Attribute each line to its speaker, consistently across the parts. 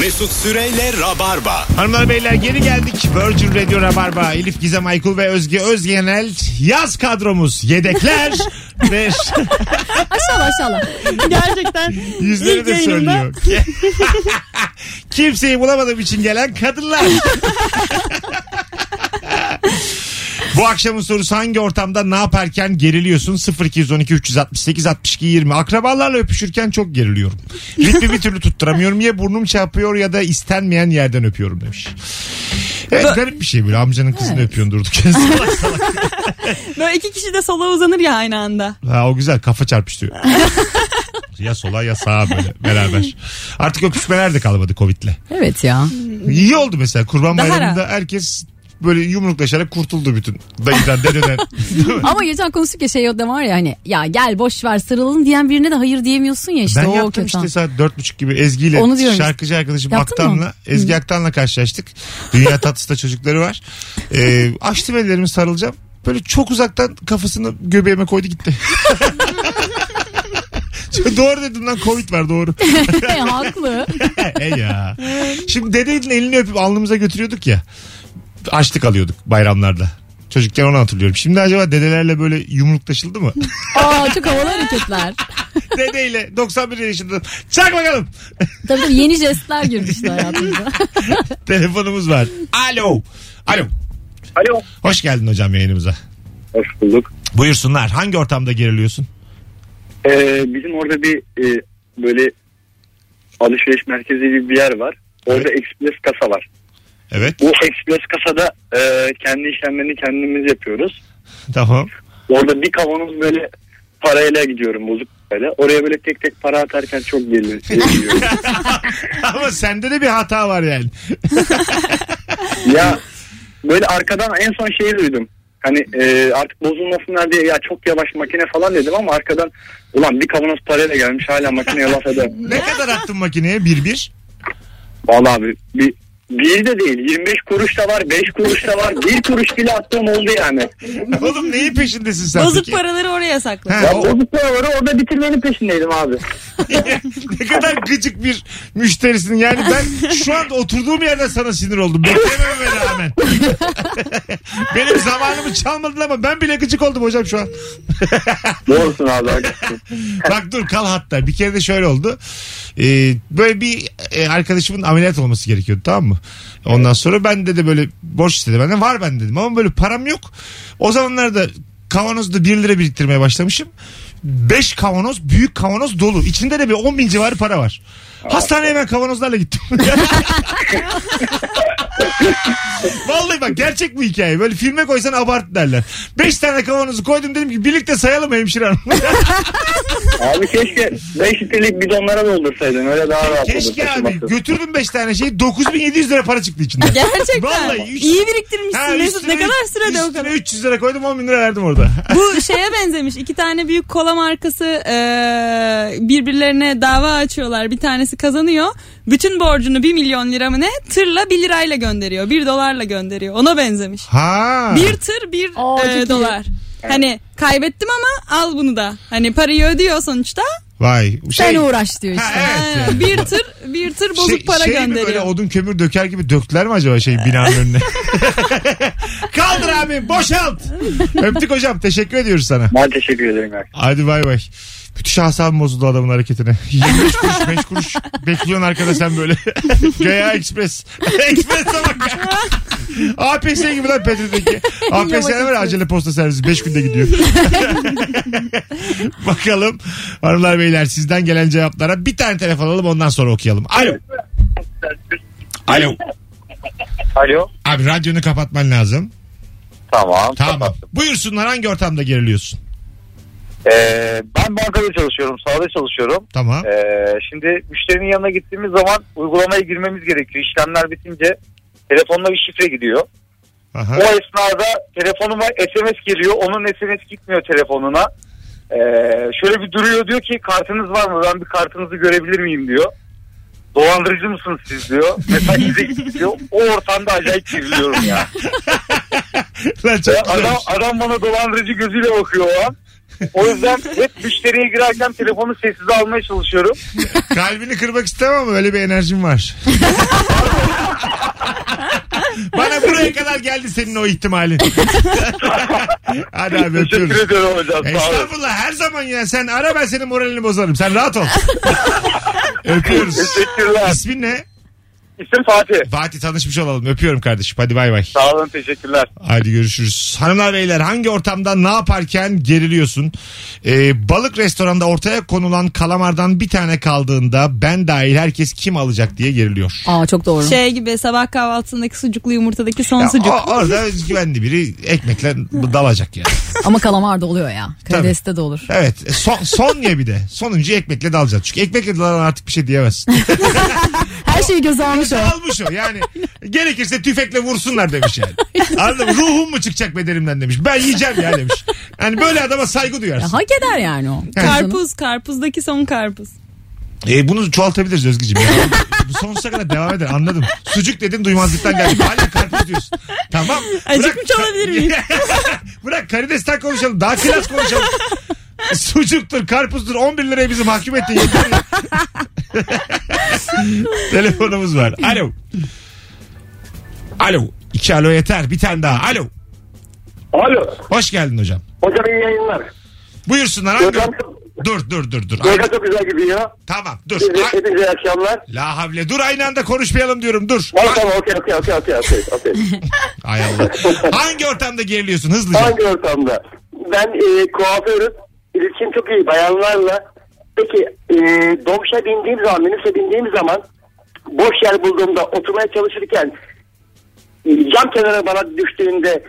Speaker 1: Mesut Süreyle Rabarba.
Speaker 2: Hanımlar beyler geri geldik. Virgin Radio Rabarba, Elif Gizem Aykul ve Özge Özgenel yaz kadromuz yedekler ve
Speaker 3: Aşağıla aşağıla. Gerçekten
Speaker 2: yüzleri
Speaker 3: ilk
Speaker 2: de
Speaker 3: yayınımda
Speaker 2: söylüyor. Kimseyi bulamadığım için gelen kadınlar. Bu akşamın sorusu hangi ortamda ne yaparken geriliyorsun? 0212 368 62 20. Akrabalarla öpüşürken çok geriliyorum. Ritmi bir türlü tutturamıyorum. Ya burnum çarpıyor ya da istenmeyen yerden öpüyorum demiş. Evet, garip bir şey böyle amcanın kızını öpüyorsun durduk. yere. Salak salak.
Speaker 3: böyle iki kişi de sola uzanır ya aynı anda.
Speaker 2: ha, o güzel kafa çarpıştırıyor. ya sola ya sağa böyle beraber. Artık öpüşmeler de kalmadı Covid'le.
Speaker 4: Evet ya.
Speaker 3: Hmm.
Speaker 2: İyi oldu mesela kurban
Speaker 3: Daha
Speaker 2: bayramında herkes böyle yumruklaşarak kurtuldu bütün dayıdan dededen. Değil mi?
Speaker 4: Ama geçen konuştuk ya şey o da var ya hani ya gel boş ver sarılın diyen birine de hayır diyemiyorsun ya işte
Speaker 2: ben
Speaker 4: o
Speaker 2: yaptım
Speaker 4: kötü.
Speaker 2: işte saat dört buçuk gibi Ezgi ile
Speaker 4: Onu diyorum
Speaker 2: şarkıcı arkadaşım
Speaker 4: Yaptın
Speaker 2: Aktan'la
Speaker 4: mı?
Speaker 2: Ezgi Aktan'la karşılaştık. Dünya tatlısı da çocukları var. Ee, açtım ellerimi sarılacağım. Böyle çok uzaktan kafasını göbeğime koydu gitti. doğru dedim lan Covid var doğru.
Speaker 4: Haklı.
Speaker 2: e ya. Şimdi dedenin elini öpüp alnımıza götürüyorduk ya. Açlık alıyorduk bayramlarda. Çocukken onu hatırlıyorum. Şimdi acaba dedelerle böyle yumruklaşıldı mı?
Speaker 4: Aa çok havalı hareketler.
Speaker 2: Dedeyle 91 yaşında. Çak bakalım.
Speaker 4: Tabii tabii yeni jestler girmişti hayatımıza.
Speaker 2: Telefonumuz var. Alo. Alo.
Speaker 5: Alo.
Speaker 2: Hoş geldin hocam yayınımıza.
Speaker 5: Hoş bulduk.
Speaker 2: Buyursunlar. Hangi ortamda geriliyorsun?
Speaker 5: Ee, bizim orada bir e, böyle alışveriş merkezi gibi bir yer var. Orada ekspres kasa var.
Speaker 2: Evet.
Speaker 5: Bu ekspres kasada e, kendi işlemlerini kendimiz yapıyoruz.
Speaker 2: Tamam.
Speaker 5: Orada bir kavanoz böyle parayla gidiyorum bozuk parayla. Oraya böyle tek tek para atarken çok gelir- geriliyorum.
Speaker 2: Ama sende de bir hata var yani.
Speaker 5: ya böyle arkadan en son şeyi duydum. Hani e, artık bozulmasınlar diye ya çok yavaş makine falan dedim ama arkadan ulan bir kavanoz parayla gelmiş hala makineye laf eder.
Speaker 2: Ne kadar attın makineye? Bir bir.
Speaker 5: Vallahi abi bir bir de değil 25 kuruş da var 5 kuruş da var 1 kuruş bile attığım oldu yani.
Speaker 2: Oğlum neyin peşindesin sen
Speaker 3: Bozuk
Speaker 2: peki?
Speaker 3: paraları oraya sakla.
Speaker 2: Ha,
Speaker 5: Ya
Speaker 2: o-
Speaker 5: bozuk paraları orada bitirmenin peşindeydim abi.
Speaker 2: ne kadar gıcık bir müşterisin. Yani ben şu anda oturduğum yerden sana sinir oldum. Beklememe rağmen. Benim zamanımı çalmadın ama ben bile gıcık oldum hocam şu an.
Speaker 5: Doğrusun abi haklısın.
Speaker 2: Bak dur kal hatta. Bir kere de şöyle oldu. Ee, böyle bir e, arkadaşımın ameliyat olması gerekiyordu tamam mı? Ondan sonra ben de de böyle borç istedi benden. Var ben dedim ama böyle param yok. O zamanlarda kavanozda 1 lira biriktirmeye başlamışım. 5 kavanoz büyük kavanoz dolu. İçinde de bir 10 bin civarı para var. Hastaneye ben kavanozlarla gittim. Vallahi bak gerçek bu hikaye. Böyle filme koysan abart derler. 5 tane kavanozu koydum dedim ki birlikte sayalım hemşire hanım.
Speaker 5: Abi keşke 5 litrelik bidonlara doldursaydın öyle daha rahat olur.
Speaker 2: Keşke abi
Speaker 5: taşıması.
Speaker 2: götürdüm 5 tane şeyi 9700 lira para çıktı içinden.
Speaker 3: Gerçekten.
Speaker 2: Vallahi üç-
Speaker 3: İyi
Speaker 2: Ha,
Speaker 3: biriktirmişsin Mesut. Ne
Speaker 2: üstüne-
Speaker 3: kadar sürede o
Speaker 2: üstüne
Speaker 3: kadar.
Speaker 2: 300 lira koydum 10 bin lira verdim orada.
Speaker 3: Bu şeye benzemiş. İki tane büyük kola markası eee, birbirlerine dava açıyorlar. Bir tanesi kazanıyor. Bütün borcunu 1 milyon lira mı ne? Tırla 1 lirayla gönderiyor. 1 dolarla gönderiyor. Ona benzemiş.
Speaker 2: Ha.
Speaker 3: Bir tır 1
Speaker 4: Aa, çok iyi.
Speaker 3: dolar. Hani kaybettim ama al bunu da. Hani parayı ödüyor sonuçta.
Speaker 2: Vay.
Speaker 4: Sen uğraş diyor
Speaker 2: Şey, Ha,
Speaker 4: işte.
Speaker 2: evet.
Speaker 3: Ee,
Speaker 2: yani.
Speaker 3: bir tır bir tır bozuk
Speaker 2: Şey-
Speaker 3: para
Speaker 2: şey mi böyle
Speaker 3: gönderiyor.
Speaker 2: odun kömür döker gibi döktüler mi acaba şey binanın önüne? Kaldır abi boşalt. Öptük hocam teşekkür ediyoruz sana.
Speaker 5: Ben teşekkür ederim. Yani.
Speaker 2: Hadi bay bay. Müthiş asabım bozuldu adamın hareketine. 25 kuruş 5 kuruş bekliyorsun arkada sen böyle. Göya Express. Express'e bak. APS gibi lan Petr'deki. APS var ya, acele posta servisi 5 günde gidiyor. Bakalım hanımlar beyler sizden gelen cevaplara bir tane telefon alalım ondan sonra okuyalım. Alo. Alo.
Speaker 6: Alo.
Speaker 2: Abi radyonu kapatman lazım.
Speaker 6: Tamam.
Speaker 2: Tamam.
Speaker 6: kapattım.
Speaker 2: Buyursunlar hangi ortamda geriliyorsun?
Speaker 6: Ee, ben bankada çalışıyorum. Sahada çalışıyorum.
Speaker 2: Tamam.
Speaker 6: Ee, şimdi müşterinin yanına gittiğimiz zaman uygulamaya girmemiz gerekiyor. İşlemler bitince telefonla bir şifre gidiyor.
Speaker 2: Aha.
Speaker 6: O esnada telefonuma SMS geliyor. Onun SMS gitmiyor telefonuna. Ee, şöyle bir duruyor diyor ki kartınız var mı? Ben bir kartınızı görebilir miyim diyor. Dolandırıcı mısınız siz diyor. Mesaj size gitti diyor. O ortamda acayip geriliyorum ya.
Speaker 2: Lan çok
Speaker 6: Ya adam,
Speaker 2: güzelmiş.
Speaker 6: e, adam bana dolandırıcı gözüyle bakıyor o an. O yüzden hep müşteriye girerken telefonu sessize almaya çalışıyorum.
Speaker 2: Kalbini kırmak istemem ama öyle bir enerjim var. Bana buraya kadar geldi senin o ihtimalin. Hadi abi öpüyoruz.
Speaker 6: Teşekkür ediyorum hocam. Sağ olun.
Speaker 2: Estağfurullah her zaman ya. Sen ara ben senin moralini bozarım. Sen rahat ol. Öpüyoruz.
Speaker 6: Teşekkürler.
Speaker 2: İsmin ne?
Speaker 6: İsim Fatih.
Speaker 2: Fatih tanışmış olalım. Öpüyorum kardeşim. Hadi bay bay.
Speaker 6: Sağ olun teşekkürler.
Speaker 2: Hadi görüşürüz. Hanımlar beyler hangi ortamda ne yaparken geriliyorsun? Ee, balık restoranda ortaya konulan kalamardan bir tane kaldığında ben dahil herkes kim alacak diye geriliyor.
Speaker 4: Aa çok doğru.
Speaker 3: Şey gibi sabah kahvaltısındaki sucuklu yumurtadaki son
Speaker 2: Ya,
Speaker 3: sucuk.
Speaker 2: o- orada güvenli biri ekmekle dalacak yani.
Speaker 4: Ama kalamar da oluyor ya. Karideste de olur.
Speaker 2: Evet e, son, son ya bir de. Sonuncu ekmekle dalacak. Çünkü ekmekle dalan artık bir şey diyemezsin.
Speaker 4: Her şeyi göze almış o.
Speaker 2: Almış o yani. Gerekirse tüfekle vursunlar demiş yani. Anladın mı? Ruhum mu çıkacak bedenimden demiş. Ben yiyeceğim ya demiş. Yani böyle adama saygı
Speaker 4: Ya,
Speaker 2: duyarsın.
Speaker 4: hak eder yani o.
Speaker 3: Karpuz, karpuzdaki son karpuz.
Speaker 2: E, bunu çoğaltabiliriz Özgücüm. Ya. Bu sonsuza kadar devam eder anladım. Sucuk dedin duymazlıktan geldi. Hala karpuz diyorsun. Tamam.
Speaker 3: Acıkmış olabilir miyim?
Speaker 2: Bırak karidesten konuşalım. Daha klas konuşalım. Sucuktur, karpuzdur. 11 liraya bizi mahkum ettin. Yeter ya. Telefonumuz var. Alo. Alo. İki alo yeter. Bir tane daha. Alo.
Speaker 5: Alo.
Speaker 2: Hoş geldin hocam.
Speaker 5: Hocam iyi yayınlar.
Speaker 2: Buyursunlar. Hangi... Dur dur dur dur. Ay-
Speaker 5: çok güzel gidiyor.
Speaker 2: tamam dur. Ay-
Speaker 5: Hepinize iyi akşamlar.
Speaker 2: La havle dur aynı anda konuşmayalım diyorum dur.
Speaker 5: Tamam okey okey okey okey okey. okey.
Speaker 2: Ay Allah. Hangi ortamda geriliyorsun hızlıca?
Speaker 5: Hangi ortamda? Ben e, kuaförüm. İlişkim çok iyi bayanlarla. Peki e, dolmuşa bindiğim zaman, minibüse bindiğim zaman boş yer bulduğumda oturmaya çalışırken e, cam kenara bana düştüğünde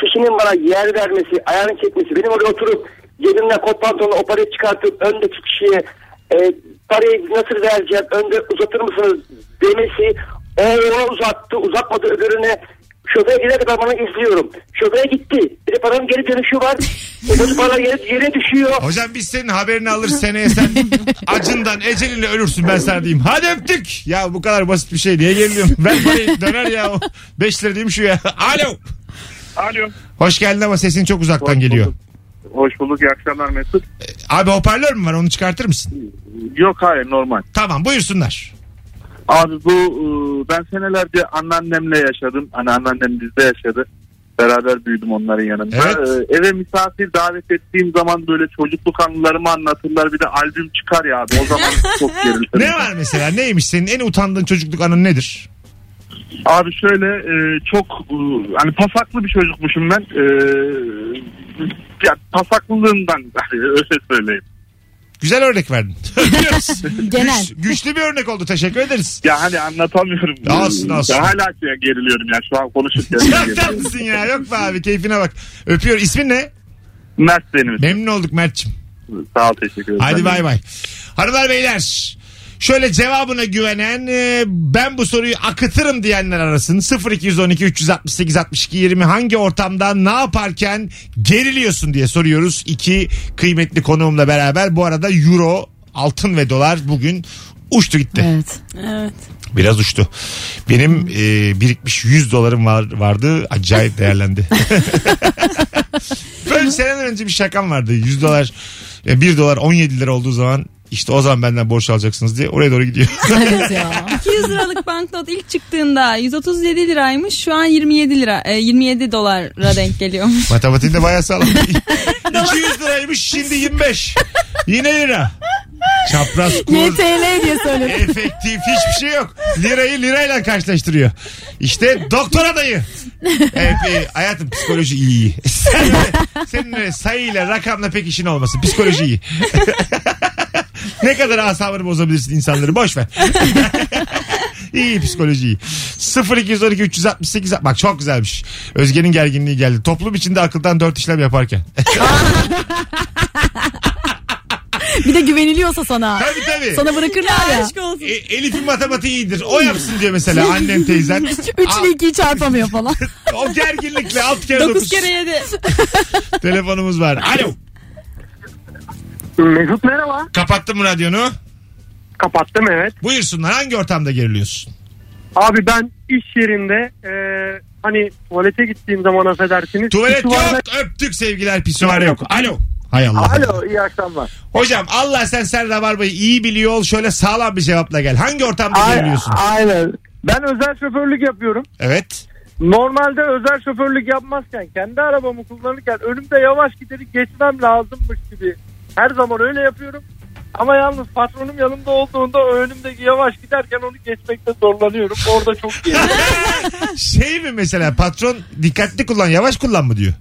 Speaker 5: kişinin bana yer vermesi, ayağını çekmesi, benim orada oturup cebimden kot pantolonu o parayı çıkartıp öndeki kişiye e, parayı nasıl vereceğim, önde uzatır mısınız demesi, o ona uzattı, uzatmadı öbürüne. Şoföre gidene kadar bana izliyorum. Şoföre gitti. Bir de paranın geri dönüşü var. Öbür para yere, yere düşüyor.
Speaker 2: Hocam biz senin haberini alır seneye sen acından ecelinle ölürsün ben sana diyeyim. Hadi öptük. Ya bu kadar basit bir şey niye geriliyorum? Ben parayı döner ya. 5 lira diyeyim şu ya. Alo.
Speaker 7: Alo.
Speaker 2: Hoş geldin ama sesin çok uzaktan
Speaker 7: Hoş
Speaker 2: geliyor.
Speaker 7: bulduk. Hoş bulduk. İyi akşamlar Mesut.
Speaker 2: Abi hoparlör mü var onu çıkartır mısın?
Speaker 7: Yok hayır normal.
Speaker 2: Tamam buyursunlar.
Speaker 7: Abi bu e, ben senelerce anneannemle yaşadım. Hani anneannem bizde yaşadı. Beraber büyüdüm onların yanında.
Speaker 2: Evet.
Speaker 7: E, eve misafir davet ettiğim zaman böyle çocukluk anılarımı anlatırlar. Bir de albüm çıkar ya abi. O zaman çok gerildim.
Speaker 2: Ne var mesela neymiş senin en utandığın çocukluk anın nedir?
Speaker 7: Abi şöyle e, çok e, hani pasaklı bir çocukmuşum ben. E, ya hani pasaklılığımdan öyle söyleyeyim.
Speaker 2: Güzel örnek verdin. Öpüyoruz.
Speaker 4: Genel.
Speaker 2: Güç- güçlü bir örnek oldu teşekkür ederiz.
Speaker 7: Ya hani anlatamıyorum.
Speaker 2: Alsın, alsın.
Speaker 7: Ya hala şey geriliyorum ya şu an konuşurken.
Speaker 2: Çok
Speaker 7: geriliyorum.
Speaker 2: tatlısın ya. Yok be abi keyfine bak. Öpüyor. İsmin ne?
Speaker 7: Mert benim.
Speaker 2: Memnun olduk Mert'ciğim.
Speaker 7: Sağ ol teşekkür ederim.
Speaker 2: Hadi bay bay. Hanımlar beyler. Şöyle cevabına güvenen e, ben bu soruyu akıtırım diyenler arasın. 0212 368 62 20 hangi ortamda ne yaparken geriliyorsun diye soruyoruz. İki kıymetli konuğumla beraber. Bu arada euro, altın ve dolar bugün uçtu gitti.
Speaker 4: Evet.
Speaker 3: Evet.
Speaker 2: Biraz uçtu. Benim e, birikmiş 100 dolarım var, vardı. Acayip değerlendi. Böyle seneler önce bir şakam vardı. 100 dolar, e, 1 dolar 17 lira olduğu zaman işte o zaman benden borç alacaksınız diye oraya doğru gidiyor.
Speaker 4: Evet ya.
Speaker 3: 200 liralık banknot ilk çıktığında 137 liraymış. Şu an 27 lira, e, 27 dolara denk geliyormuş.
Speaker 2: Matematiğinde bayağı sağlam. 200 liraymış şimdi 25. Yine lira. Çapraz kur.
Speaker 4: YTL diye söylüyor.
Speaker 2: Efektif hiçbir şey yok. Lirayı lirayla karşılaştırıyor. İşte doktor adayı. Evet, e, hayatım psikoloji iyi. iyi. Sen öyle- senin öyle sayıyla rakamla pek işin olmasın. Psikoloji iyi. ne kadar asabını bozabilirsin insanları boş ver. iyi psikoloji iyi. 0212 368 bak çok güzelmiş. Özge'nin gerginliği geldi. Toplum içinde akıldan dört işlem yaparken.
Speaker 4: Bir de güveniliyorsa sana.
Speaker 2: tabii tabii.
Speaker 4: Sana bırakırlar ya.
Speaker 3: Aşk olsun.
Speaker 2: E, Elif'in matematiği iyidir. O yapsın diyor mesela annen teyzen. Aa,
Speaker 4: Üçlü ikiyi çarpamıyor falan.
Speaker 2: O gerginlikle alt kere
Speaker 3: 9
Speaker 2: dokuz.
Speaker 3: kere 7.
Speaker 2: Telefonumuz var. Alo.
Speaker 5: Mesut merhaba.
Speaker 2: Kapattın mı radyonu?
Speaker 5: Kapattım evet.
Speaker 2: Buyursunlar. Hangi ortamda geriliyorsun?
Speaker 5: Abi ben iş yerinde
Speaker 8: e,
Speaker 5: hani tuvalete gittiğim zaman affedersiniz.
Speaker 2: Tuvalet yok. Öptük sevgiler. Pisuar yok. Alo. Hay Allah.
Speaker 8: Alo iyi akşamlar.
Speaker 2: Hocam Allah sen sen Rabarba'yı iyi biliyor ol. Şöyle sağlam bir cevapla gel. Hangi ortamda
Speaker 8: Aynen.
Speaker 2: geliyorsun?
Speaker 8: Aynen. Ben özel şoförlük yapıyorum.
Speaker 2: Evet.
Speaker 8: Normalde özel şoförlük yapmazken kendi arabamı kullanırken önümde yavaş gideri geçmem lazımmış gibi her zaman öyle yapıyorum. Ama yalnız patronum yanımda olduğunda o önümdeki yavaş giderken onu geçmekte zorlanıyorum. Orada çok iyi.
Speaker 2: Şey mi mesela patron dikkatli kullan yavaş kullan mı diyor.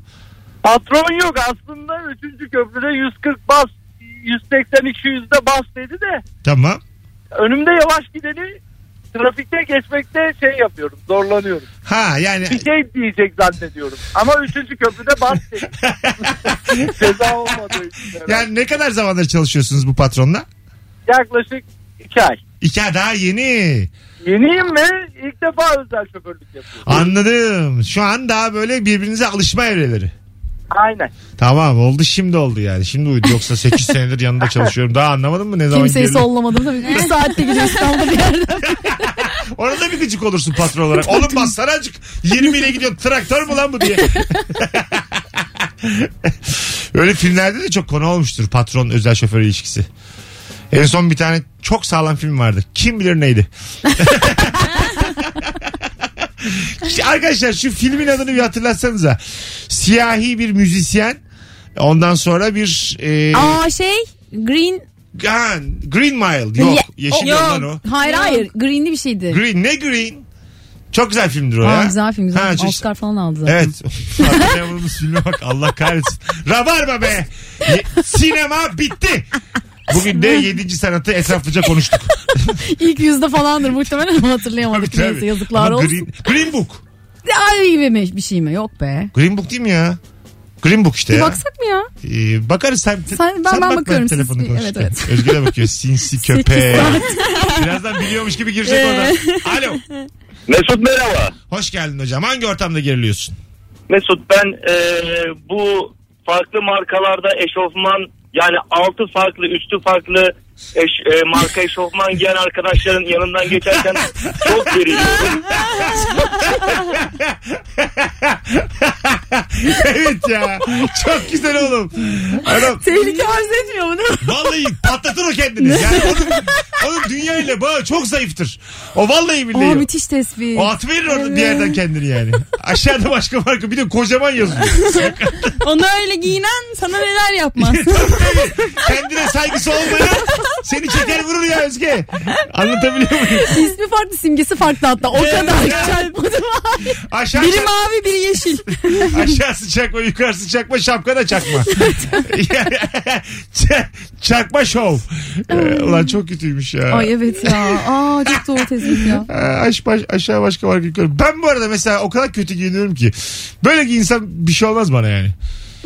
Speaker 8: Patron yok aslında 3. köprüde 140 bas 180 200'de bas dedi de
Speaker 2: Tamam.
Speaker 8: önümde yavaş gideni trafikte geçmekte şey yapıyorum zorlanıyorum.
Speaker 2: Ha yani
Speaker 8: Bir şey diyecek zannediyorum. Ama 3. köprüde bas dedi. Ceza olmadığı için. herhalde.
Speaker 2: yani ne kadar zamandır çalışıyorsunuz bu patronla?
Speaker 8: Yaklaşık 2 ay.
Speaker 2: İki ay daha yeni.
Speaker 8: Yeniyim ve ilk defa özel şoförlük yapıyorum.
Speaker 2: Anladım. Şu an daha böyle birbirinize alışma evreleri.
Speaker 8: Aynen.
Speaker 2: Tamam oldu şimdi oldu yani. Şimdi uydu. Yoksa 8 senedir yanında çalışıyorum. Daha anlamadın mı ne zaman
Speaker 4: Kimseyi
Speaker 2: gerilim-
Speaker 4: sollamadım tabii. Bir saatte gidiyor İstanbul'da bir yerden.
Speaker 2: Orada bir gıcık olursun patron olarak. Oğlum bassana azıcık. 20 ile gidiyor traktör mü lan bu diye. Öyle filmlerde de çok konu olmuştur patron özel şoför ilişkisi. En son bir tane çok sağlam film vardı. Kim bilir neydi? Arkadaşlar şu filmin adını bir hatırlatsanıza. Siyahi bir müzisyen. Ondan sonra bir e,
Speaker 4: Aa şey Green.
Speaker 2: ha, Green Mile. Yok.
Speaker 4: Ye-
Speaker 2: Yeşil
Speaker 4: Yok.
Speaker 2: yol lan o.
Speaker 4: Hayır hayır Green'li bir şeydi.
Speaker 2: Green ne Green? Çok güzel filmdir o
Speaker 4: Aa,
Speaker 2: ya.
Speaker 4: güzel film güzel.
Speaker 2: Ha,
Speaker 4: film.
Speaker 2: işte-
Speaker 4: Oscar falan aldı zaten.
Speaker 2: Evet. Hatırlayamadığımız filme bak Allah kahretsin. Rabarba be. Ye- Sinema bitti. Bugün de 7. sanatı etraflıca konuştuk.
Speaker 4: İlk yüzde falandır muhtemelen ama hatırlayamadık.
Speaker 2: Tabii.
Speaker 4: Neyse yazıklar
Speaker 2: Ama
Speaker 4: olsun.
Speaker 2: Green, Green Book.
Speaker 4: Ay gibi mi- bir şey mi? Yok be.
Speaker 2: Green Book değil mi ya? Green Book işte
Speaker 4: Bir
Speaker 2: ya.
Speaker 4: baksak mı ya?
Speaker 2: Ee, bakarız sen,
Speaker 4: Sen- ben- ben
Speaker 2: bakma
Speaker 4: bakıyorum.
Speaker 2: telefonu
Speaker 4: Siz-
Speaker 2: konuşurken.
Speaker 4: evet, evet.
Speaker 2: Özgür'e bakıyor sinsi köpeğe. Birazdan biliyormuş gibi girecek orada. Alo.
Speaker 6: Mesut merhaba.
Speaker 2: Hoş geldin hocam. Hangi ortamda geriliyorsun?
Speaker 6: Mesut ben e, bu farklı markalarda eşofman yani altı farklı üstü farklı e, marka eşofman giyen arkadaşların yanından geçerken çok geriliyorum.
Speaker 2: evet ya. Çok güzel oğlum. Adam
Speaker 4: Tehlike arz etmiyor mu?
Speaker 2: Vallahi patlatır o kendini. Yani onun, onun dünya ile bağı çok zayıftır. O vallahi billahi.
Speaker 4: Aa
Speaker 2: o.
Speaker 4: müthiş tespit.
Speaker 2: o at verir orada bir yerden kendini yani. Aşağıda başka marka bir de kocaman yazıyor.
Speaker 3: Ona öyle giyinen sana neler yapmaz.
Speaker 2: Kendine saygısı olmayan seni çeker vurur ya Özge. Anlatabiliyor muyum?
Speaker 4: İsmi farklı simgesi farklı hatta. O kadar çarpmadım.
Speaker 2: Aşağı
Speaker 3: biri mavi biri yeşil.
Speaker 2: Aşağısı çakma, yukarısı çakma, şapka da çakma. Ç- çakma şov. Ee, ulan çok kötüymüş ya.
Speaker 4: Ay evet ya. Aa çok doğru tespit ya.
Speaker 2: Ee, aş- baş- aşağı başka marka yukarı. Ben bu arada mesela o kadar kötü giyiniyorum ki. Böyle giyinsem bir şey olmaz bana yani.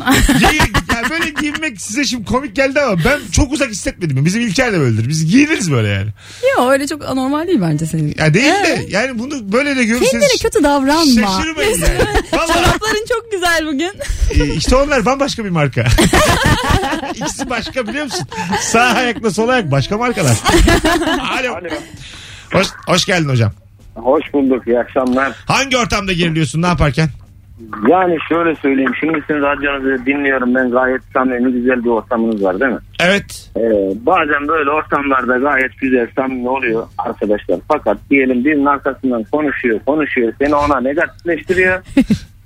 Speaker 2: Giyin- yani böyle giyinmek size şimdi komik geldi ama ben çok uzak hissetmedim. Bizim İlker de böyledir. Biz giyiniriz böyle yani.
Speaker 4: Yok öyle çok anormal değil bence senin.
Speaker 2: Ya değil de yani bunu böyle de görürseniz
Speaker 4: Kendine kötü davranma.
Speaker 2: şaşırmayın yani. Valla
Speaker 3: Çorapların çok güzel bugün.
Speaker 2: e, işte onlar bambaşka bir marka. İkisi başka biliyor musun? Sağ ayakla sol ayak başka markalar. Alo. Hoş, hoş geldin hocam.
Speaker 5: Hoş bulduk iyi akşamlar.
Speaker 2: Hangi ortamda geriliyorsun ne yaparken?
Speaker 5: Yani şöyle söyleyeyim. Şimdi sizin radyonuzu dinliyorum. Ben gayet samimi güzel bir ortamınız var değil mi?
Speaker 2: Evet.
Speaker 5: Ee, bazen böyle ortamlarda gayet güzel samimi oluyor arkadaşlar. Fakat diyelim birinin arkasından konuşuyor konuşuyor. Seni ona negatifleştiriyor.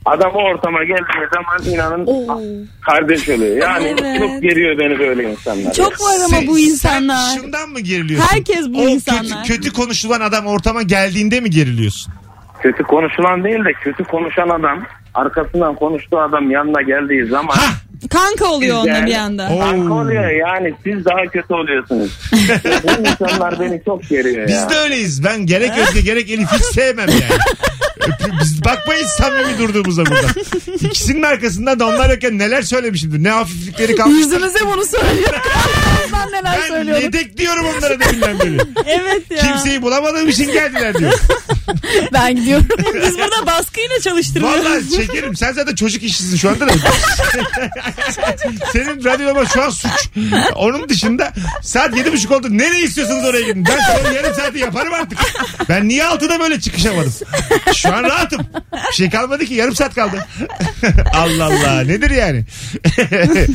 Speaker 5: Adam o ortama geldiği zaman inanın
Speaker 4: Oo.
Speaker 5: kardeş oluyor. Yani
Speaker 3: Evet.
Speaker 5: çok geriyor beni böyle insanlar.
Speaker 3: Çok var
Speaker 2: Sen-
Speaker 3: ama bu
Speaker 2: sen
Speaker 3: insanlar.
Speaker 2: şundan mı geriliyorsun?
Speaker 3: Herkes bu
Speaker 2: O
Speaker 3: insanlar.
Speaker 2: Kötü, kötü konuşulan adam ortama geldiğinde mi geriliyorsun?
Speaker 5: Kötü konuşulan değil de kötü konuşan adam arkasından konuştuğu adam yanına geldiği zaman
Speaker 2: Hah!
Speaker 3: Kanka oluyor onunla
Speaker 5: Güzel.
Speaker 3: bir anda.
Speaker 5: Kanka
Speaker 2: Oo.
Speaker 5: oluyor yani siz daha kötü oluyorsunuz. Bu insanlar beni çok geriyor ya.
Speaker 2: Biz de öyleyiz. Ben gerek Özge gerek Elif hiç sevmem yani. Öpü- Biz bakmayız samimi durduğumuza burada. İkisinin arkasından da onlar yokken neler söylemişimdir. Ne hafiflikleri kalmış.
Speaker 4: Yüzümüze bunu söylüyor. ben neler
Speaker 2: Ben
Speaker 4: söylüyorum.
Speaker 2: yedek diyorum onlara deminden beri.
Speaker 3: Evet ya.
Speaker 2: Kimseyi bulamadığım için geldiler diyor.
Speaker 4: Ben gidiyorum.
Speaker 3: Biz burada baskıyla çalıştırıyoruz.
Speaker 2: Vallahi çekerim. Sen zaten çocuk işçisin şu anda da. Senin radyolama şu an suç. Onun dışında saat yedi buçuk oldu. Nereye istiyorsunuz oraya gidin. Ben son yarım saati yaparım artık. Ben niye altıda böyle çıkışamadım? Şu an rahatım. Bir şey kalmadı ki yarım saat kaldı. Allah Allah nedir yani?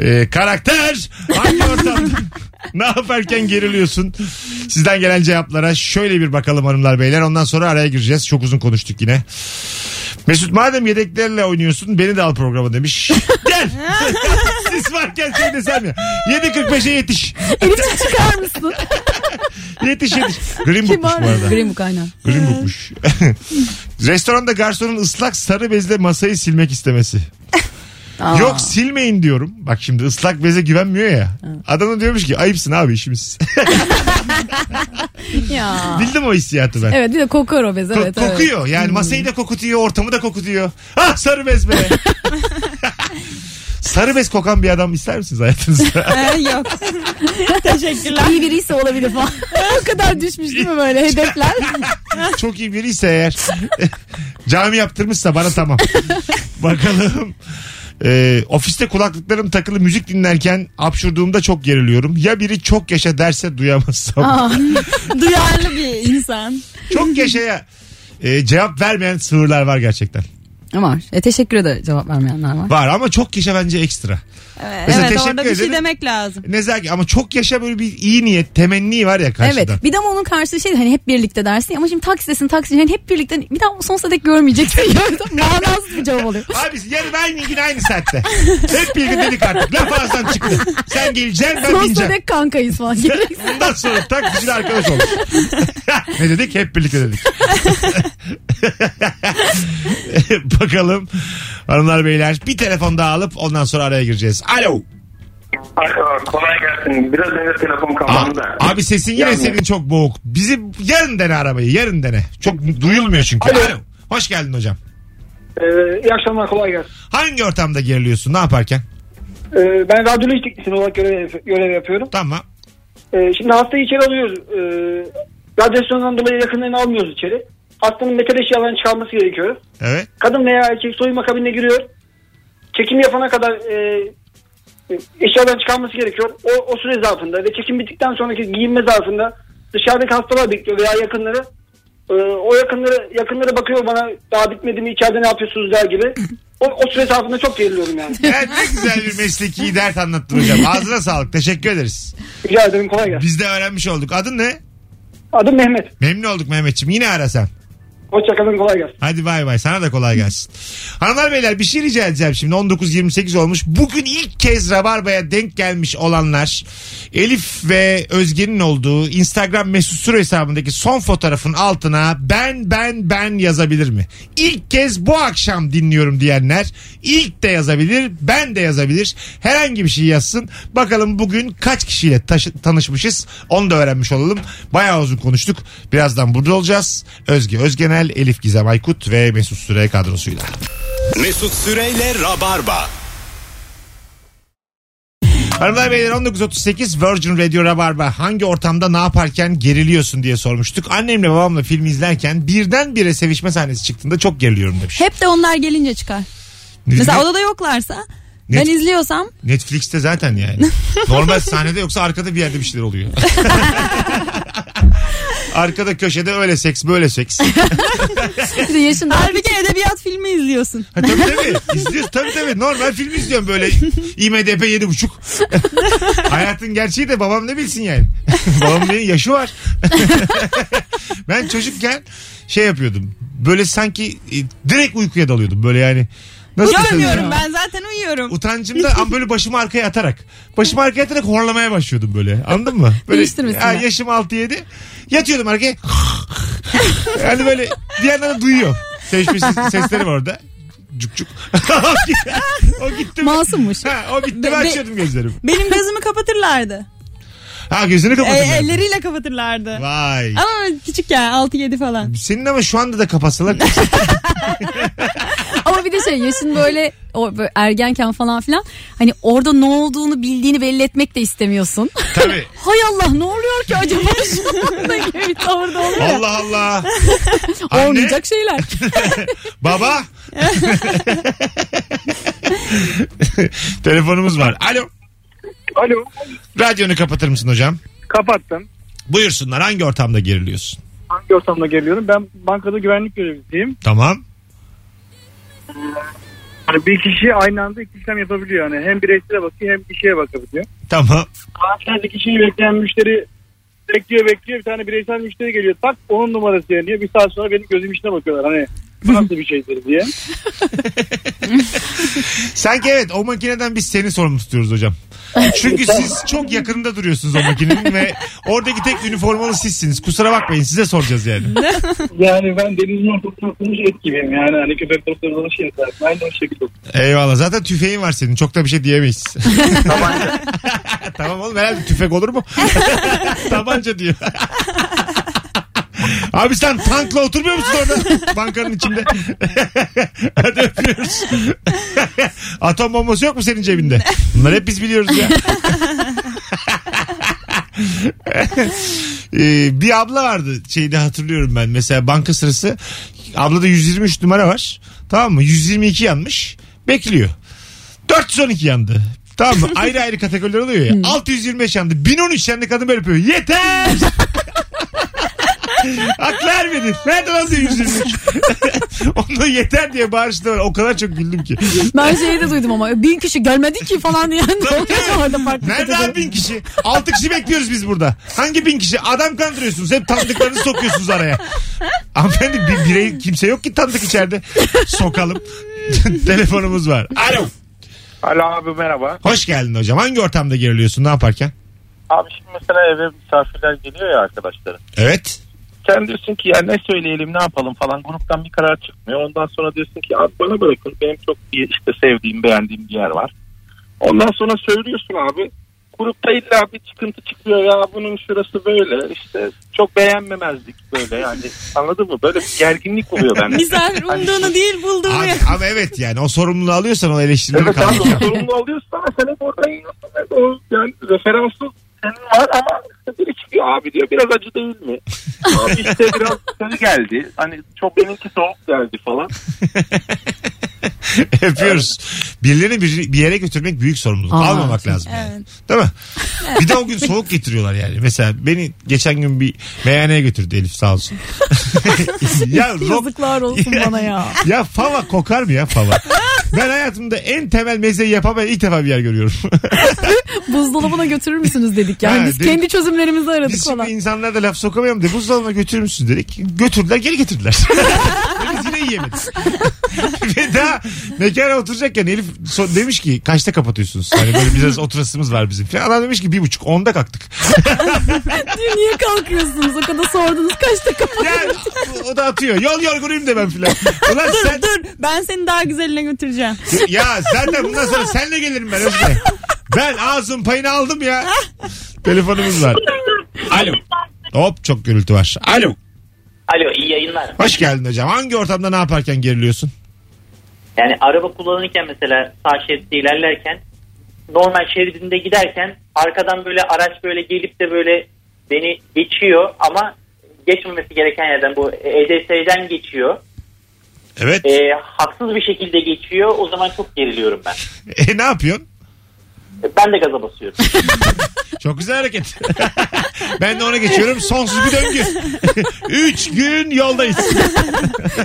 Speaker 2: Ee, karakter hangi ortamda ne yaparken geriliyorsun? Sizden gelen cevaplara şöyle bir bakalım hanımlar beyler. Ondan sonra araya gireceğiz. Çok uzun konuştuk yine. Mesut madem yedeklerle oynuyorsun beni de al programa demiş. Gel. Siz varken şey desem ya. 7.45'e yetiş.
Speaker 4: Elimi çıkar mısın?
Speaker 2: Yetiş yetiş. Green
Speaker 4: Kim
Speaker 2: Book'muş bu
Speaker 4: var?
Speaker 2: arada.
Speaker 4: Green Book aynen.
Speaker 2: Green Book'muş. Restoranda garsonun ıslak sarı bezle masayı silmek istemesi.
Speaker 4: Aa.
Speaker 2: Yok silmeyin diyorum. Bak şimdi ıslak beze güvenmiyor ya. Adam da diyormuş ki ayıpsın abi işimiz.
Speaker 4: Ya.
Speaker 2: Bildim o hissiyatı ben.
Speaker 4: Evet bir de kokar o bez
Speaker 2: Ko-
Speaker 4: evet. Hmm. evet.
Speaker 2: kokuyor yani masayı da kokutuyor ortamı da kokutuyor. Ah sarı bez be. sarı bez kokan bir adam ister misiniz hayatınızda?
Speaker 3: Ee, yok. Teşekkürler.
Speaker 4: İyi biriyse olabilir falan. o kadar düşmüş değil mi böyle hedefler?
Speaker 2: Çok iyi biriyse eğer cami yaptırmışsa bana tamam. Bakalım. Ee, ofiste kulaklıklarım takılı müzik dinlerken apşurduğumda çok geriliyorum. Ya biri çok yaşa derse duyamazsam.
Speaker 4: Aa,
Speaker 3: Duyarlı bir insan.
Speaker 2: Çok yaşaya e, cevap vermeyen sığırlar var gerçekten.
Speaker 4: var. E, teşekkür ederim cevap vermeyenler var.
Speaker 2: Var ama çok yaşa bence ekstra.
Speaker 3: Evet,
Speaker 2: Mesela
Speaker 3: evet
Speaker 2: teşekkür
Speaker 3: orada bir şey
Speaker 2: ederim.
Speaker 3: demek lazım.
Speaker 2: Nezaket ama çok yaşa böyle bir iyi niyet, temenni var ya karşıdan.
Speaker 4: Evet bir de ama onun karşılığı şey hani hep birlikte dersin ya, ama şimdi taksidesin taksici hani hep birlikte bir daha sonsuza dek görmeyeceksin. Manasız bir cevap oluyor.
Speaker 2: Abi yarın aynı gün aynı saatte. Hep birlikte dedik artık. Laf ağızdan çıktı. Sen geleceksin ben
Speaker 4: Sonsuza
Speaker 2: bineceğim.
Speaker 4: dek kankayız falan. Gereksin.
Speaker 2: Ondan sonra taksiciyle arkadaş olduk. ne dedik? Hep birlikte dedik. Bakalım hanımlar beyler bir telefon daha alıp ondan sonra araya gireceğiz. Alo.
Speaker 5: Alo kolay gelsin. Biraz önce telefon
Speaker 2: Aa,
Speaker 5: kapandı.
Speaker 2: Ah, abi sesin yine
Speaker 5: Yani.
Speaker 2: senin çok boğuk. Bizi yarın dene arabayı yarın dene. Çok duyulmuyor çünkü. Alo. Hoş geldin hocam.
Speaker 8: Ee, iyi akşamlar kolay gelsin.
Speaker 2: Hangi ortamda geriliyorsun ne yaparken?
Speaker 8: Ee, ben radyoloji teknisyen olarak görev, görev yapıyorum.
Speaker 2: Tamam.
Speaker 8: Ee, şimdi hastayı içeri alıyoruz. Ee, radyasyondan dolayı yakınlarını almıyoruz içeri. Hastanın metal eşyalarını çıkarması gerekiyor.
Speaker 2: Evet.
Speaker 8: Kadın veya erkek soyunma kabinine giriyor. Çekim yapana kadar e, eşyadan çıkarması gerekiyor. O, o süre zarfında ve çekim bittikten sonraki giyinme zarfında dışarıdaki hastalar bekliyor veya yakınları. E, o yakınları yakınları bakıyor bana daha bitmedi mi içeride ne yapıyorsunuz der gibi. O, o süre zarfında çok geriliyorum yani.
Speaker 2: Evet ne güzel bir mesleki dert anlattın hocam. Ağzına sağlık. Teşekkür ederiz.
Speaker 8: Rica ederim kolay gelsin.
Speaker 2: Biz de öğrenmiş olduk. Adın ne?
Speaker 8: Adım Mehmet.
Speaker 2: Memnun olduk Mehmetçim. Yine ara sen.
Speaker 8: Hoşçakalın kolay gelsin.
Speaker 2: Hadi bay bay. Sana da kolay gelsin. Hanımlar beyler bir şey rica edeceğim şimdi. 19.28 olmuş. Bugün ilk kez Rabarba'ya denk gelmiş olanlar Elif ve Özge'nin olduğu Instagram mesut süre hesabındaki son fotoğrafın altına ben ben ben yazabilir mi? İlk kez bu akşam dinliyorum diyenler ilk de yazabilir ben de yazabilir. Herhangi bir şey yazsın. Bakalım bugün kaç kişiyle taşı- tanışmışız onu da öğrenmiş olalım. Bayağı uzun konuştuk. Birazdan burada olacağız. Özge Özgenel, Elif Gizem Aykut ve Mesut Süre kadrosuyla.
Speaker 1: Mesut Süreyle Rabarba.
Speaker 2: Hanımlar beyler 1938 Virgin Radio Rabarba hangi ortamda ne yaparken geriliyorsun diye sormuştuk. Annemle babamla film izlerken birdenbire sevişme sahnesi çıktığında çok geriliyorum demiş.
Speaker 3: Hep de onlar gelince çıkar. Mesela odada yoklarsa
Speaker 2: Ne-
Speaker 3: ben izliyorsam
Speaker 2: Netflix'te zaten yani. Normal sahnede yoksa arkada bir yerde bir şeyler oluyor. arkada köşede öyle seks böyle seks. Ha,
Speaker 4: Bir de yaşın daha
Speaker 3: halbuki edebiyat filmi izliyorsun.
Speaker 2: tabii tabii. İzliyoruz tabii tabii. Normal film izliyorum böyle IMDB 7.5. Hayatın gerçeği de babam ne bilsin yani. babam benim yaşı var. ben çocukken şey yapıyordum. Böyle sanki e, direkt uykuya dalıyordum. Böyle yani. Nasıl
Speaker 3: Görmüyorum ben zaten uyuyorum.
Speaker 2: utancımda am böyle başımı arkaya atarak. Başımı arkaya atarak horlamaya başlıyordum böyle. Anladın mı? Böyle
Speaker 4: Değiştirmesinler.
Speaker 2: ha, yaşım 6-7. Yatıyordum arkaya. yani böyle bir yandan da duyuyor. Seçmiş sesleri var orada. Cuk cuk. o gitti. mi?
Speaker 4: masummuş.
Speaker 2: Ha, o bitti ben
Speaker 3: Be- be-
Speaker 2: açıyordum gözlerimi.
Speaker 3: Benim gözümü kapatırlardı.
Speaker 2: Ha gözünü
Speaker 3: E,
Speaker 2: kapatın. yani.
Speaker 3: elleriyle kapatırlardı.
Speaker 2: Vay.
Speaker 3: Ama küçük ya 6-7 falan.
Speaker 2: Senin ama şu anda da kapatsalar. şey.
Speaker 4: Ama bir de şey yaşın böyle, o, böyle ergenken falan filan hani orada ne olduğunu bildiğini belli etmek de istemiyorsun.
Speaker 2: Tabii.
Speaker 4: Hay Allah ne oluyor ki acaba şu anda gibi bir tavırda oluyor. ya.
Speaker 2: Allah Allah. Anne,
Speaker 4: Olmayacak şeyler.
Speaker 2: Baba. Telefonumuz var. Alo.
Speaker 7: Alo
Speaker 2: Radyonu kapatır mısın hocam?
Speaker 7: kapattım.
Speaker 2: Buyursunlar hangi ortamda geriliyorsun?
Speaker 7: Hangi ortamda geliyorum? Ben bankada güvenlik görevlisiyim.
Speaker 2: Tamam.
Speaker 8: Yani bir kişi aynı anda iki işlem yapabiliyor. Yani hem bireysele bakıyor hem kişiye bakabiliyor.
Speaker 2: Tamam.
Speaker 8: Bazen kişiyi bekleyen müşteri bekliyor bekliyor. Bir tane bireysel müşteri geliyor. Tak onun numarası yani diye. Bir saat sonra benim gözüm içine bakıyorlar. Hani bu nasıl bir şeydir diye.
Speaker 2: Sanki evet o makineden biz seni sorumlu tutuyoruz hocam. Çünkü siz çok yakında duruyorsunuz o makinenin ve oradaki tek üniformalı sizsiniz. Kusura bakmayın size soracağız yani.
Speaker 8: Yani ben denizin ortasında oturmuş et gibiyim. Yani hani köpek balıkları dolaşır ya zaten. Aynı o şekilde.
Speaker 2: Eyvallah zaten tüfeğin var senin çok da bir şey diyemeyiz. tamam oğlum herhalde tüfek olur mu? Tabanca diyor. Abi sen tankla oturmuyor musun orada? Bankanın içinde. Hadi öpüyoruz. Atom bombası yok mu senin cebinde? Bunları hep biz biliyoruz ya. Ee, bir abla vardı şeyde hatırlıyorum ben mesela banka sırası ablada 123 numara var tamam mı 122 yanmış bekliyor 412 yandı tamam mı ayrı ayrı kategoriler oluyor ya 625 yandı 1013 yandı kadın böyle yapıyor yeter Aklı ermedi. Nerede lan diyor 123? Ondan yeter diye bağırışta var. O kadar çok güldüm ki.
Speaker 4: Ben şeyi de duydum ama bin kişi gelmedi ki falan yani. Ne oluyor orada farklı
Speaker 2: Nerede
Speaker 4: kategori?
Speaker 2: abi bin kişi? Altı kişi bekliyoruz biz burada. Hangi bin kişi? Adam kandırıyorsunuz. Hep tanıdıklarını sokuyorsunuz araya. Hanımefendi bir birey kimse yok ki tanıdık içeride. Sokalım. Telefonumuz var. Alo.
Speaker 6: Alo abi merhaba.
Speaker 2: Hoş geldin hocam. Hangi ortamda geriliyorsun ne yaparken?
Speaker 6: Abi şimdi mesela eve misafirler geliyor ya arkadaşlarım.
Speaker 2: Evet.
Speaker 6: Sen diyorsun ki ya ne söyleyelim ne yapalım falan gruptan bir karar çıkmıyor. Ondan sonra diyorsun ki abi bana bırakın benim çok iyi işte sevdiğim beğendiğim bir yer var. Ondan sonra söylüyorsun abi grupta illa bir çıkıntı çıkıyor ya bunun şurası böyle işte çok beğenmemezdik böyle yani anladın mı? Böyle bir gerginlik oluyor bende.
Speaker 3: Misafir
Speaker 2: Hani-
Speaker 3: umduğunu değil bulduğunu
Speaker 2: Abi,
Speaker 3: yap.
Speaker 2: ama evet yani o sorumluluğu alıyorsan o eleştirmeni
Speaker 6: Evet abi
Speaker 2: kaldır.
Speaker 6: o sorumlu oluyorsun ama sen hep orada yiyorsun. ve O, yani referansın senin var ama biri çıkıyor abi diyor biraz acı değil mi? abi işte biraz seni geldi. Hani çok benimki soğuk geldi falan.
Speaker 2: Yapıyoruz. Birilerini bir, bir yere götürmek büyük sorumluluk.
Speaker 4: Aa,
Speaker 2: Almamak lazım. yani.
Speaker 3: Evet.
Speaker 2: Değil mi? Bir de o gün soğuk getiriyorlar yani. Mesela beni geçen gün bir meyhaneye götürdü Elif sağ olsun. ya rock,
Speaker 4: Yazıklar olsun bana ya.
Speaker 2: Ya fava kokar mı ya fava? ben hayatımda en temel mezeyi yapamayan ilk defa bir yer görüyorum.
Speaker 4: Buzdolabına götürür müsünüz dedik
Speaker 2: Ha,
Speaker 4: yani. Biz
Speaker 2: dedik.
Speaker 4: kendi çözümlerimizi aradık
Speaker 2: Biz
Speaker 4: falan.
Speaker 2: şimdi insanlara da laf sokamıyorum diye buzdolabına götürür müsün dedik. Götürdüler geri getirdiler. Ve Biz yine yiyemedik. Ve daha mekana oturacakken Elif so- demiş ki kaçta kapatıyorsunuz? Hani böyle biraz oturasımız var bizim. falan. Adam demiş ki bir buçuk onda kalktık.
Speaker 4: Diyor, Niye kalkıyorsunuz? O kadar sordunuz kaç dakika
Speaker 2: Ya, o da atıyor. Yol yorgunuyum de ben filan. Ulan sen,
Speaker 3: Dur ben seni daha güzeline götüreceğim.
Speaker 2: ya zaten bundan sonra senle gelirim ben Özge. Ben ağzın payını aldım ya. Telefonumuz var. Alo. Hop çok gürültü var. Alo.
Speaker 9: Alo iyi yayınlar.
Speaker 2: Hoş geldin hocam. Hangi ortamda ne yaparken geriliyorsun?
Speaker 9: Yani araba kullanırken mesela sağ şeritte ilerlerken normal şeridinde giderken arkadan böyle araç böyle gelip de böyle beni geçiyor ama geçmemesi gereken yerden bu EDS'den geçiyor.
Speaker 2: Evet.
Speaker 9: E, haksız bir şekilde geçiyor. O zaman çok geriliyorum ben.
Speaker 2: E, ne yapıyorsun?
Speaker 9: E, Ben de gaza basıyorum.
Speaker 2: Çok güzel hareket. ben de ona geçiyorum. Sonsuz bir döngü. Üç gün yoldayız.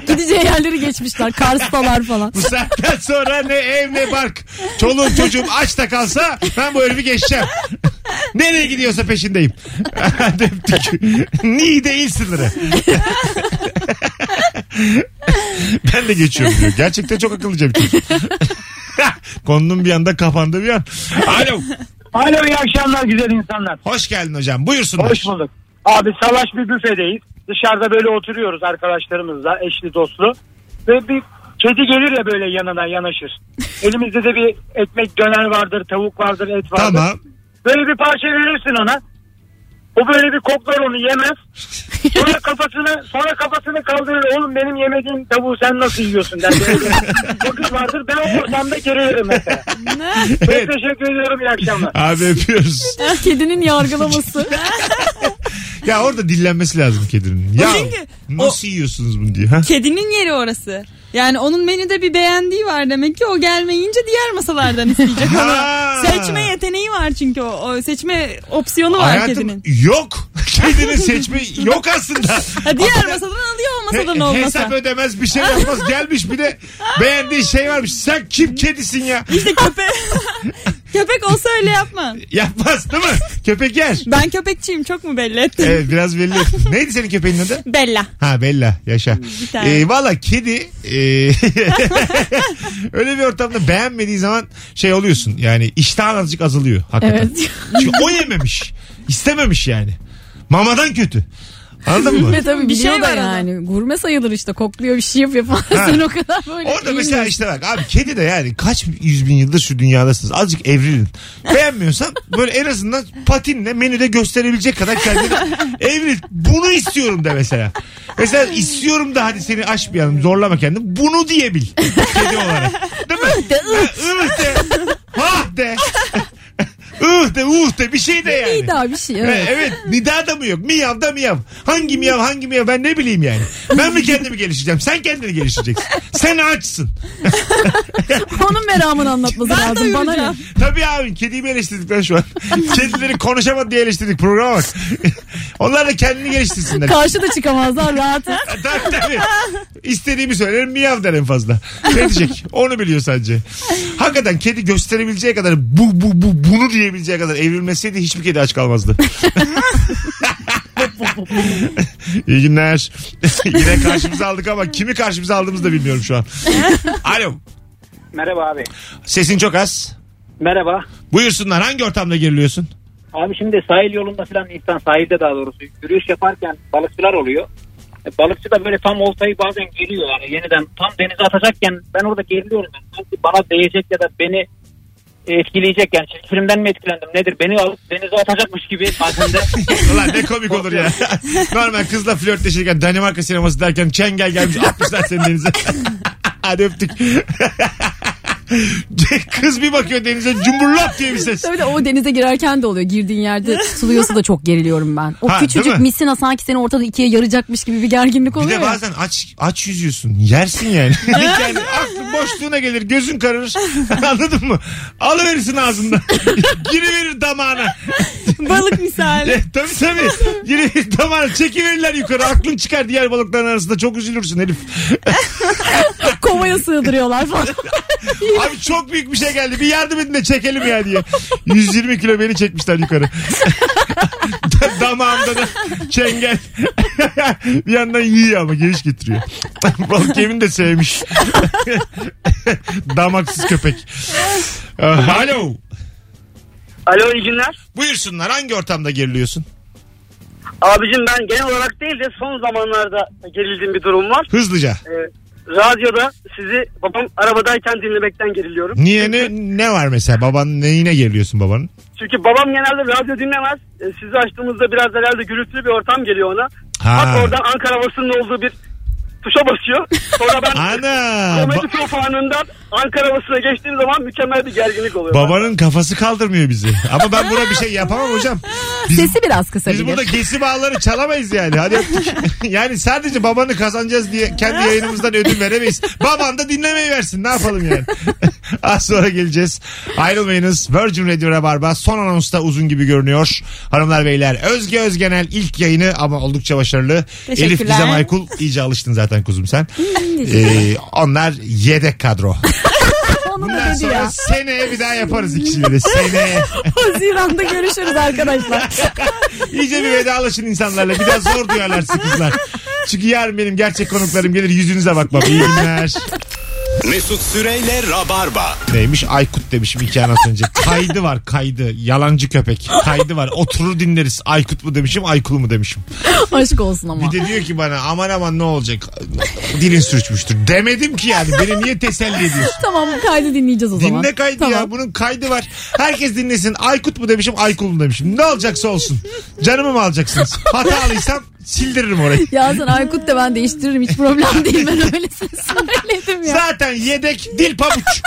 Speaker 4: gideceği yerleri geçmişler. Kars'talar falan.
Speaker 2: Bu saatten sonra ne ev ne bark. Çoluğum çocuğum aç da kalsa ben bu ölümü geçeceğim. Nereye gidiyorsa peşindeyim. Hadi öptük. Niğde il sınırı. ben de geçiyorum diyor. Gerçekten çok akıllıca bir çocuk. Konunun bir anda kapandı bir an. Alo.
Speaker 8: Alo iyi akşamlar güzel insanlar.
Speaker 2: Hoş geldin hocam. Buyursunlar.
Speaker 8: Hoş bulduk. Abi salaş bir büfedeyiz. Dışarıda böyle oturuyoruz arkadaşlarımızla eşli dostlu. Ve bir kedi gelir ya böyle yanına yanaşır. Elimizde de bir ekmek döner vardır, tavuk vardır, et vardır.
Speaker 2: Tamam.
Speaker 8: Böyle bir parça verirsin ona. O böyle bir koklar onu yemez. Sonra kafasını sonra kafasını kaldırır. Oğlum benim yemediğim tavuğu sen nasıl yiyorsun der. Böyle bir bakış vardır. Ben o ortamda gerilirim mesela. Çok
Speaker 2: Evet.
Speaker 8: teşekkür ediyorum. iyi akşamlar.
Speaker 2: Abi öpüyoruz.
Speaker 4: Kedinin yargılaması.
Speaker 2: ya orada dillenmesi lazım kedinin. Ya
Speaker 3: Çünkü
Speaker 2: nasıl yiyorsunuz bunu diye. Ha?
Speaker 3: Kedinin yeri orası. Yani onun menüde bir beğendiği var demek ki o gelmeyince diğer masalardan isteyecek onu.
Speaker 2: Ha.
Speaker 3: Seçme yeteneği var çünkü o, o seçme opsiyonu var
Speaker 2: Hayatım
Speaker 3: kedinin.
Speaker 2: yok. Kedinin seçme yok aslında.
Speaker 3: Ha, diğer masadan alıyor o masadan
Speaker 2: He-
Speaker 3: olmasa.
Speaker 2: Hesap ödemez bir şey yapmaz. Gelmiş bir de beğendiği şey varmış. Sen kim kedisin ya?
Speaker 3: İşte köpek. köpek olsa öyle yapma.
Speaker 2: Yapmaz değil mi? Köpek yer.
Speaker 3: Ben köpekçiyim çok mu belli ettin?
Speaker 2: Evet biraz belli. Neydi senin köpeğin adı?
Speaker 3: Bella.
Speaker 2: Ha Bella yaşa.
Speaker 3: tane.
Speaker 2: Ee, Valla kedi e, öyle bir ortamda beğenmediği zaman şey oluyorsun yani iştahın azıcık azalıyor hakikaten.
Speaker 4: Evet.
Speaker 2: Çünkü o yememiş. istememiş yani. Mamadan kötü. Anladın mı?
Speaker 4: Ve tabii
Speaker 3: Bir
Speaker 4: bir
Speaker 3: şey
Speaker 4: şey
Speaker 3: var
Speaker 4: da
Speaker 3: orada.
Speaker 4: yani. Gurme sayılır işte. Kokluyor bir şey yapıyor falan.
Speaker 2: Ha.
Speaker 4: Sen o kadar böyle.
Speaker 2: Orada mesela
Speaker 4: bilmiyorsun.
Speaker 2: işte bak abi kedi de yani kaç yüz bin yıldır şu dünyadasınız. Azıcık evrilin. Beğenmiyorsan böyle en azından patinle menüde gösterebilecek kadar kendini evril. Bunu istiyorum de mesela. Mesela istiyorum da hadi seni aşmayalım zorlama kendini. Bunu diyebil. Kedi olarak. Değil mi?
Speaker 4: De,
Speaker 2: Ha, ıh de. Hah de. Ih de uh de bir şey de yani.
Speaker 4: İyi daha bir şey.
Speaker 2: Evet.
Speaker 4: Evet.
Speaker 2: evet. Nida da mı yok? Miyav da miyav. Hangi miyav hangi miyav ben ne bileyim yani. Ben mi kendimi gelişeceğim? Sen kendini geliştireceksin. Sen açsın.
Speaker 4: Onun meramını anlatması
Speaker 3: Ben
Speaker 4: lazım. Bana ne?
Speaker 3: doyuracağım.
Speaker 2: Tabii abi kediyi mi eleştirdik ben şu an? Kedileri konuşamadı diye eleştirdik programa bak. Onlar da kendini geliştirsinler.
Speaker 4: Karşı da çıkamazlar rahatız.
Speaker 2: tabii tabii. İstediğimi söylerim miyav der en fazla. Ne diyecek? Onu biliyor sadece. Hakikaten kedi gösterebileceği kadar bu bu bu bunu diyebileceği kadar evrilmeseydi hiçbir kedi aç kalmazdı. İyi günler. Yine karşımıza aldık ama kimi karşımıza aldığımızı da bilmiyorum şu an. Alo.
Speaker 7: Merhaba abi.
Speaker 2: Sesin çok az.
Speaker 7: Merhaba.
Speaker 2: Buyursunlar hangi ortamda geriliyorsun?
Speaker 7: Abi şimdi sahil yolunda falan insan sahilde daha doğrusu yürüyüş yaparken balıkçılar oluyor. E, Balıkçı da böyle tam oltayı bazen geliyor yani yeniden tam denize atacakken ben orada geriliyorum. Yani. Sanki bana değecek ya da beni etkileyecek yani çizgi filmden mi etkilendim nedir beni alıp denize atacakmış gibi bazen de
Speaker 2: Ulan ne komik olur ya. Normal kızla flörtleşirken Danimarka sineması derken çengel gelmiş atmışlar seni denize. Hadi öptük. Kız bir bakıyor denize cumburlap diye bir ses.
Speaker 4: Tabii de o denize girerken de oluyor. Girdiğin yerde tutuluyorsa da çok geriliyorum ben. O
Speaker 2: Ha, değil
Speaker 4: küçücük
Speaker 2: mi?
Speaker 4: misina sanki seni ortadan ikiye yaracakmış gibi bir gerginlik
Speaker 2: Bir
Speaker 4: oluyor.
Speaker 2: de
Speaker 4: ya.
Speaker 2: bazen aç aç yüzüyorsun. Yersin yani. yani aklın boşluğuna gelir, gözün kararır. Anladın mı? Alıverirsin ağzından. Giriverir damağına.
Speaker 3: Balık misali.
Speaker 2: E, tabii tabii. Giriverir damağına. Çekiverirler yukarı. Aklın çıkar diğer balıkların arasında. Çok üzülürsün herif.
Speaker 4: Kovaya sığdırıyorlar falan.
Speaker 2: Abi çok büyük bir şey geldi. Bir yardım edin de çekelim ya diye. 120 kilo beni çekmişler yukarı. Da- Damağımda da çengel. bir yandan yiyor ama giriş getiriyor. Balık yemini de sevmiş. Damaksız köpek. Ee, Alo.
Speaker 7: Alo iyi günler.
Speaker 2: Buyursunlar hangi ortamda geriliyorsun?
Speaker 7: Abicim ben genel olarak değil de son zamanlarda gerildiğim bir durum var.
Speaker 2: Hızlıca.
Speaker 7: Ee, Radyoda sizi babam arabadayken dinlemekten geriliyorum.
Speaker 2: Niye ne, ne var mesela? Babanın neyine geriliyorsun babanın?
Speaker 7: Çünkü babam genelde radyo dinlemez. E, sizi açtığımızda biraz herhalde gürültülü bir ortam geliyor ona.
Speaker 2: Ha.
Speaker 7: Bak oradan Ankara havasının olduğu bir tuşa basıyor. Sonra ben
Speaker 2: Ana.
Speaker 7: komedi
Speaker 2: ba-
Speaker 7: tufanından Ankara havasına geçtiğim zaman mükemmel bir gerginlik oluyor.
Speaker 2: babanın kafası kaldırmıyor bizi. Ama ben buna bir şey yapamam hocam. Biz-
Speaker 4: Sesi biraz kısa
Speaker 2: Biz
Speaker 4: bilir.
Speaker 2: burada kesim ağları çalamayız yani. Hadi öptük. yani sadece babanı kazanacağız diye kendi yayınımızdan ödül veremeyiz. Baban da dinlemeyi versin. Ne yapalım yani? Az sonra geleceğiz. Ayrılmayınız. Virgin Radio Rabarba son anonsta uzun gibi görünüyor. Hanımlar beyler Özge Özgenel ilk yayını ama oldukça başarılı.
Speaker 3: Teşekkürler.
Speaker 2: Elif Gizem Aykul iyice alıştın zaten kuzum sen. Ee, onlar yedek kadro.
Speaker 4: Onu
Speaker 2: Bundan
Speaker 4: da dedi
Speaker 2: sonra
Speaker 4: ya.
Speaker 2: seneye bir daha yaparız ikisini de. Seneye.
Speaker 4: Haziran'da görüşürüz arkadaşlar.
Speaker 2: İyice bir vedalaşın insanlarla. Bir daha zor duyarlar sizi kızlar. Çünkü yarın benim gerçek konuklarım gelir yüzünüze bakmam. İyi günler.
Speaker 1: Mesut Süreyle Rabarba.
Speaker 2: Neymiş? Aykut demişim iki an az önce. Kaydı var kaydı. Yalancı köpek. Kaydı var. Oturur dinleriz. Aykut mu demişim Aykul mu demişim.
Speaker 4: Aşk olsun ama.
Speaker 2: Bir de diyor ki bana aman aman ne olacak? Dilin sürçmüştür. Demedim ki yani. Beni niye teselli ediyorsun?
Speaker 4: Tamam bu kaydı dinleyeceğiz o zaman.
Speaker 2: Dinle kaydı
Speaker 4: tamam.
Speaker 2: ya. Bunun kaydı var. Herkes dinlesin. Aykut mu demişim Aykul mu demişim. Ne olacaksa olsun. Canımı mı alacaksınız? Hatalıysam sildiririm orayı.
Speaker 4: Ya sen Aykut da ben değiştiririm hiç problem değil ben öylesini söyledim ya.
Speaker 2: Zaten yedek dil pabuç.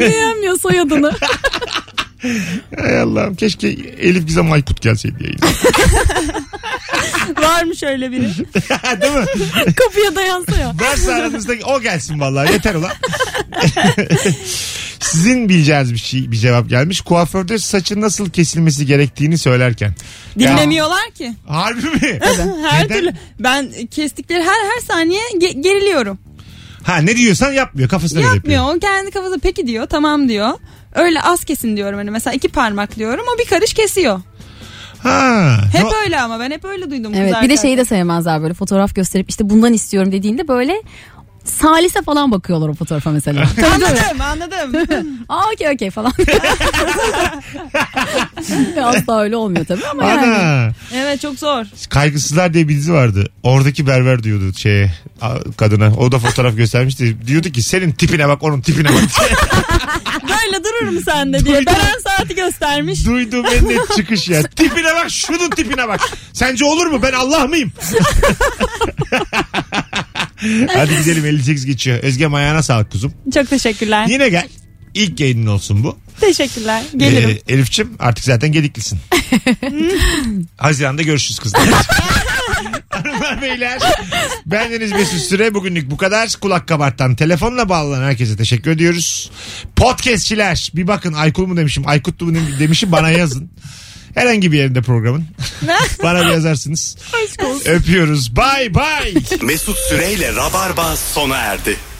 Speaker 4: Beğenmiyor soyadını.
Speaker 2: Hay Allah'ım keşke Elif Gizem Aykut gelseydi yayına.
Speaker 3: Var mı şöyle biri?
Speaker 2: Değil mi?
Speaker 4: Kapıya dayansa ya.
Speaker 2: Varsa aranızda o gelsin vallahi yeter ulan. Sizin bileceğiniz bir şey bir cevap gelmiş. Kuaförde saçın nasıl kesilmesi gerektiğini söylerken.
Speaker 3: Dinlemiyorlar ki.
Speaker 2: Ya, harbi mi?
Speaker 3: her
Speaker 2: Neden?
Speaker 3: türlü ben kestikleri her her saniye ge- geriliyorum.
Speaker 2: Ha ne diyorsan yapmıyor. Kafasına göre yapıyor.
Speaker 3: Yapmıyor. O kendi kafası peki diyor. Tamam diyor. Öyle az kesin diyorum hani mesela iki parmak diyorum o bir karış kesiyor.
Speaker 2: Ha.
Speaker 3: Hep
Speaker 2: No-
Speaker 3: öyle ama ben hep öyle duydum.
Speaker 4: Evet
Speaker 3: kız
Speaker 4: bir de şey-
Speaker 3: arkadaş.
Speaker 4: şeyi de sevmezler böyle fotoğraf gösterip işte bundan istiyorum dediğinde böyle salise falan bakıyorlar o fotoğrafa mesela. tabii tabii.
Speaker 3: Anladım anladım.
Speaker 4: Aa okey okey falan. Asla öyle olmuyor tabii ama yani.
Speaker 2: Ana.
Speaker 3: evet çok zor.
Speaker 2: Kaygısızlar diye bir dizi vardı. Oradaki berber diyordu şeye a- kadına. O da fotoğraf göstermişti. Diyordu ki senin tipine bak onun tipine bak.
Speaker 3: Böyle dururum sende diye.
Speaker 2: Duydum.
Speaker 3: Beren saati göstermiş.
Speaker 2: Duyduğum en net çıkış ya. Tipine bak şunun tipine bak. Sence olur mu ben Allah mıyım? Hadi gidelim 58 geçiyor. Özge ayağına sağlık kuzum.
Speaker 3: Çok teşekkürler.
Speaker 2: Yine gel. İlk yayının olsun bu.
Speaker 3: Teşekkürler. Gelirim.
Speaker 2: Ee, Elifçim artık zaten gediklisin. Haziran'da görüşürüz kızlar. Hanımlar beyler bendeniz Mesut Süre bugünlük bu kadar kulak kabartan telefonla bağlanan herkese teşekkür ediyoruz podcastçiler bir bakın Aykut mu demişim Aykut mu demişim bana yazın herhangi bir yerinde programın bana bir yazarsınız öpüyoruz bye bye
Speaker 1: Mesut Süreyle Rabarba sona erdi.